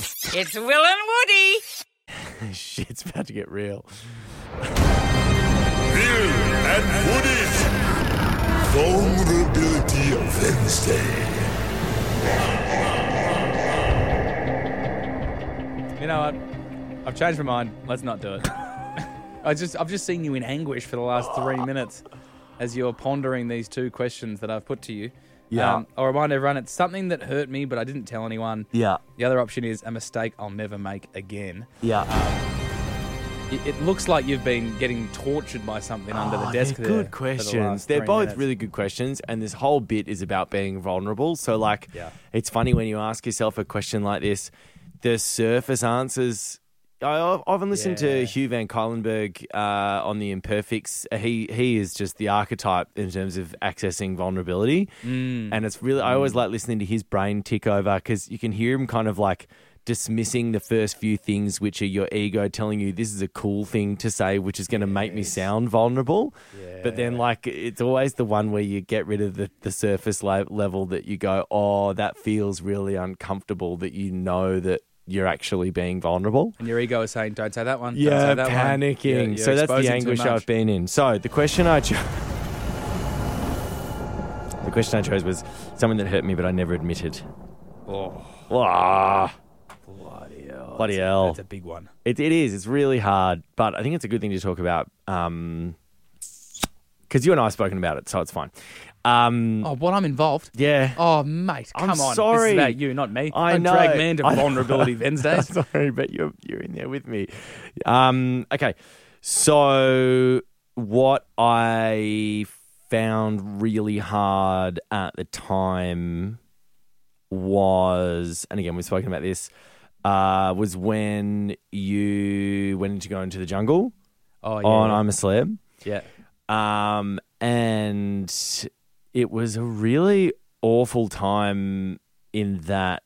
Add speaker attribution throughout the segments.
Speaker 1: It's Will and Woody.
Speaker 2: Shit's about to get real.
Speaker 3: Bill and Woody's Vulnerability Wednesday.
Speaker 2: You know what? I've changed my mind. Let's not do it. I just I've just seen you in anguish for the last three minutes as you're pondering these two questions that I've put to you. Um,
Speaker 4: Yeah.
Speaker 2: I'll remind everyone it's something that hurt me, but I didn't tell anyone.
Speaker 4: Yeah,
Speaker 2: The other option is a mistake I'll never make again.
Speaker 4: yeah.
Speaker 2: It, it looks like you've been getting tortured by something under the
Speaker 4: Oh,
Speaker 2: desk.
Speaker 4: they're
Speaker 2: there
Speaker 4: good
Speaker 2: for the last
Speaker 4: questions. they're
Speaker 2: three
Speaker 4: both
Speaker 2: minutes.
Speaker 4: really good questions, and this whole bit is about being vulnerable. So, like,
Speaker 2: Yeah.
Speaker 4: it's funny when you ask yourself a question like this, the surface answers. I o- often listen
Speaker 2: Yeah.
Speaker 4: to Hugh Van Kylenberg uh, on the Imperfects. He he is just the archetype in terms of accessing vulnerability, and it's really I always like listening to his brain tick over because you can hear him kind of like dismissing the first few things which are your ego telling you this is a cool thing to say which is going to make me sound vulnerable but then like it's always the one where you get rid of the, the surface le- level that you go oh that feels really uncomfortable that you know that you're actually being vulnerable
Speaker 2: And your ego is saying, "Don't say that one." don't
Speaker 4: yeah
Speaker 2: say that one."
Speaker 4: panicking
Speaker 2: You're- you're
Speaker 4: so that's the
Speaker 2: exposing too
Speaker 4: anguish
Speaker 2: much.
Speaker 4: i've been in so the question i chose the question i chose was something that hurt me but i never admitted
Speaker 2: Oh,
Speaker 4: ah
Speaker 2: bloody hell!
Speaker 4: bloody
Speaker 2: That's-
Speaker 4: hell
Speaker 2: That's a big one.
Speaker 4: It, it is. It's really hard, but I think it's a good thing to talk about because you and I have spoken about it, so it's fine. Um,
Speaker 2: Oh, well, I'm involved.
Speaker 4: yeah.
Speaker 2: Oh, mate, come
Speaker 4: I'm
Speaker 2: on. This
Speaker 4: sorry.
Speaker 2: is about you, not me.
Speaker 4: I
Speaker 2: Don't
Speaker 4: know.
Speaker 2: drag me into
Speaker 4: I-
Speaker 2: vulnerability Wednesdays.
Speaker 4: Sorry, but you're, you're in there with me. Um, okay. So, what I found really hard at the time was, and again, we've spoken about this, uh, was when you went to go into the jungle
Speaker 2: Oh, yeah.
Speaker 4: on I'm a Celeb.
Speaker 2: yeah.
Speaker 4: Um, and it was a really awful time in that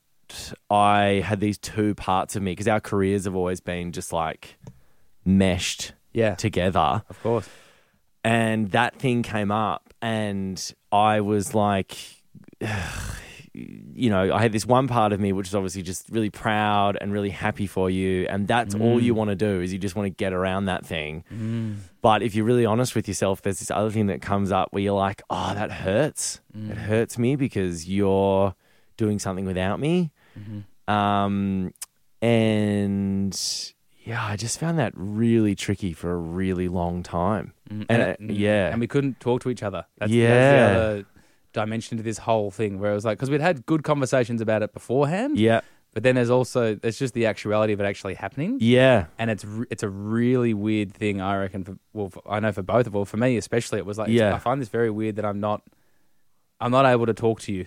Speaker 4: I had these two parts of me because our careers have always been just like meshed
Speaker 2: Yeah.
Speaker 4: together.
Speaker 2: Of course.
Speaker 4: And that thing came up, and I was like, you know, I had this one part of me which is obviously just really proud and really happy for you. And that's all
Speaker 2: Mm.
Speaker 4: you want to do is you just want to get around that thing. But if you're really honest with yourself, there's this other thing that comes up where you're like, oh, that hurts.
Speaker 2: Mm.
Speaker 4: It hurts me because you're doing something without me.
Speaker 2: Mm-hmm.
Speaker 4: Um, and yeah, I just found that really tricky for a really long time. And,
Speaker 2: Mm, And-
Speaker 4: it- yeah.
Speaker 2: And we couldn't talk to each other. That's,
Speaker 4: Yeah.
Speaker 2: that's the other dimension to this whole thing where it was like, because we'd had good conversations about it beforehand.
Speaker 4: yeah.
Speaker 2: But then there's also, there's just the actuality of it actually happening.
Speaker 4: Yeah.
Speaker 2: And it's re- it's a really weird thing, I reckon. For, well, for, I know for both of all, for me especially, it was like
Speaker 4: Yeah.
Speaker 2: I find this very weird that I'm not, I'm not able to talk to you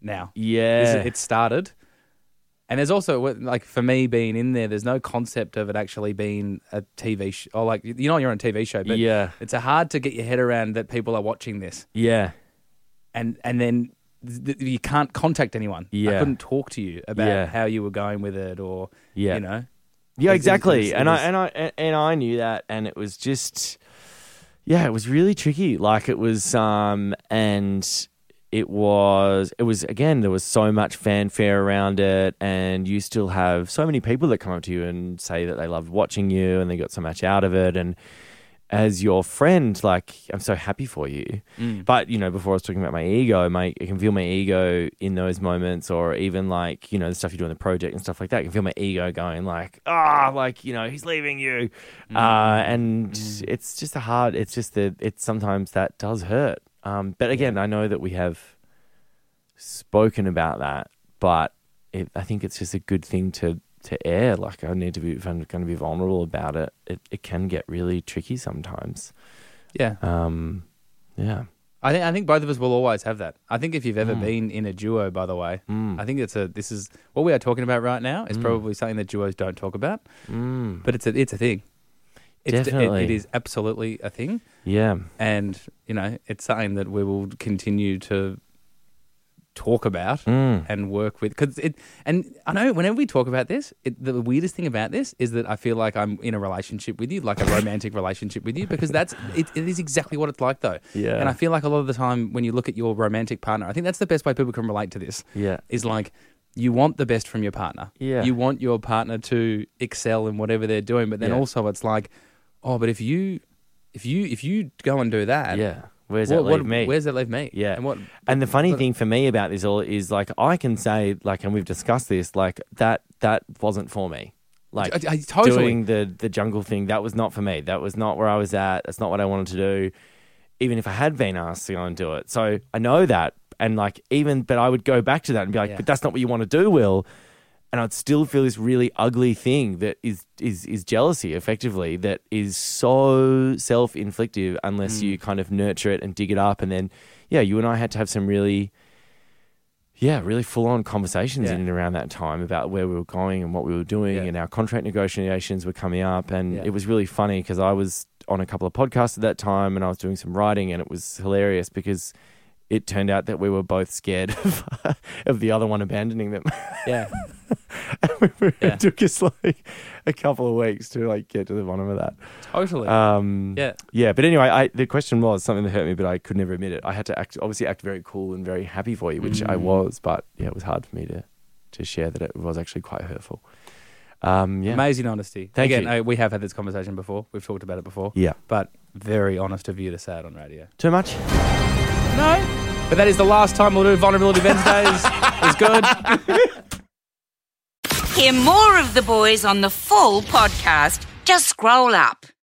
Speaker 2: now. This
Speaker 4: Yeah.
Speaker 2: is- it started. And there's also what- like for me being in there, there's no concept of it actually being a TV show. Or like you know you're on a TV show, but
Speaker 4: Yeah.
Speaker 2: it's a hard to get your head around that people are watching this,
Speaker 4: yeah.
Speaker 2: and and then th- th- you can't contact anyone. I
Speaker 4: Yeah.
Speaker 2: couldn't talk to you about
Speaker 4: Yeah.
Speaker 2: how you were going with it, or
Speaker 4: Yeah.
Speaker 2: you know,
Speaker 4: Yeah,
Speaker 2: It- it-
Speaker 4: exactly.
Speaker 2: it's- it
Speaker 4: and I
Speaker 2: was-
Speaker 4: and I and I knew that, and it was just, yeah, it was really tricky. Like it was, um, and it was, it was again. There was so much fanfare around it, and you still have so many people that come up to you and say that they loved watching you, and they got so much out of it, and as your friend, like I'm so happy for you. But you know, before I was talking about my ego, my I can feel my ego in those moments, or even like you know the stuff you do in the project and stuff like that. I can feel my ego going like, ah, like you know he's leaving you, uh, and it's just a hard. It's just that it's sometimes that does hurt. Um, but again, I know that we have spoken about that, but it, I think it's just a good thing to to air. Like I need to be if I'm going to be vulnerable about it, it, it can get really tricky sometimes.
Speaker 2: yeah.
Speaker 4: Um, yeah,
Speaker 2: I think I think both of us will always have that. I think if you've
Speaker 4: Hmm.
Speaker 2: ever been in a duo, by the way,
Speaker 4: Mm.
Speaker 2: I think it's a this is what we are talking about right now
Speaker 4: Hmm.
Speaker 2: is probably something that duos don't talk about, mm. but it's a it's a thing. It's it-
Speaker 4: Definitely.
Speaker 2: it is absolutely a thing,
Speaker 4: yeah,
Speaker 2: and you know it's something that we will continue to talk about
Speaker 4: Mm. Uh,
Speaker 2: and work with because it. And I know whenever we talk about this, it, the weirdest thing about this is that I feel like I'm in a relationship with you, like a romantic relationship with you, because that's it, it is exactly what it's like though.
Speaker 4: Yeah.
Speaker 2: and I feel like a lot of the time when you look at your romantic partner, I think that's the best way people can relate to this.
Speaker 4: Yeah.
Speaker 2: Is like you want the best from your partner.
Speaker 4: Yeah.
Speaker 2: You want your partner to excel in whatever they're doing, but then
Speaker 4: Yeah.
Speaker 2: also it's like, oh, but if you if you if you go and do that,
Speaker 4: yeah. Where's
Speaker 2: what,
Speaker 4: that leave
Speaker 2: what-
Speaker 4: me?
Speaker 2: Where's that leave me?
Speaker 4: Yeah.
Speaker 2: And what
Speaker 4: And the funny
Speaker 2: but-
Speaker 4: thing for me about this all is like I can say like, and we've discussed this like that that wasn't for me. Like
Speaker 2: I- I- totally.
Speaker 4: doing the the jungle thing that was not for me. That was not where I was at. That's not what I wanted to do. Even if I had been asked to go and do it, so I know that. And like even, but I would go back to that and be like,
Speaker 2: Yeah.
Speaker 4: but that's not what you want to do, Will. And I'd still feel this really ugly thing that is is is jealousy, effectively, that is so self inflictive unless
Speaker 2: Mm.
Speaker 4: you kind of nurture it and dig it up. And then, yeah, you and I had to have some really yeah, really full on conversations
Speaker 2: Yeah.
Speaker 4: in and around that time about where we were going and what we were doing,
Speaker 2: Yeah.
Speaker 4: and our contract negotiations were coming up. And
Speaker 2: Yeah.
Speaker 4: it was really funny because I was on a couple of podcasts at that time and I was doing some writing, and it was hilarious because it turned out that we were both scared of, of the other one abandoning them.
Speaker 2: yeah. Yeah.
Speaker 4: it took us like a couple of weeks to like get to the bottom of that.
Speaker 2: Totally.
Speaker 4: Um,
Speaker 2: yeah.
Speaker 4: yeah, but anyway, I, the question was something that hurt me, but I could never admit it. I had to act, obviously act very cool and very happy for you, which I was, but yeah, it was hard for me to, to share that it was actually quite hurtful. Um, yeah,
Speaker 2: Amazing honesty.
Speaker 4: Thank
Speaker 2: Again,
Speaker 4: you.
Speaker 2: I, we have had this conversation before. We've talked about it before.
Speaker 4: yeah,
Speaker 2: But very honest of you to say it on radio.
Speaker 4: too much.
Speaker 2: No. But that is the last time we'll do Vulnerability Wednesdays. it's good.
Speaker 1: Hear more of the boys on the full podcast. Just scroll up.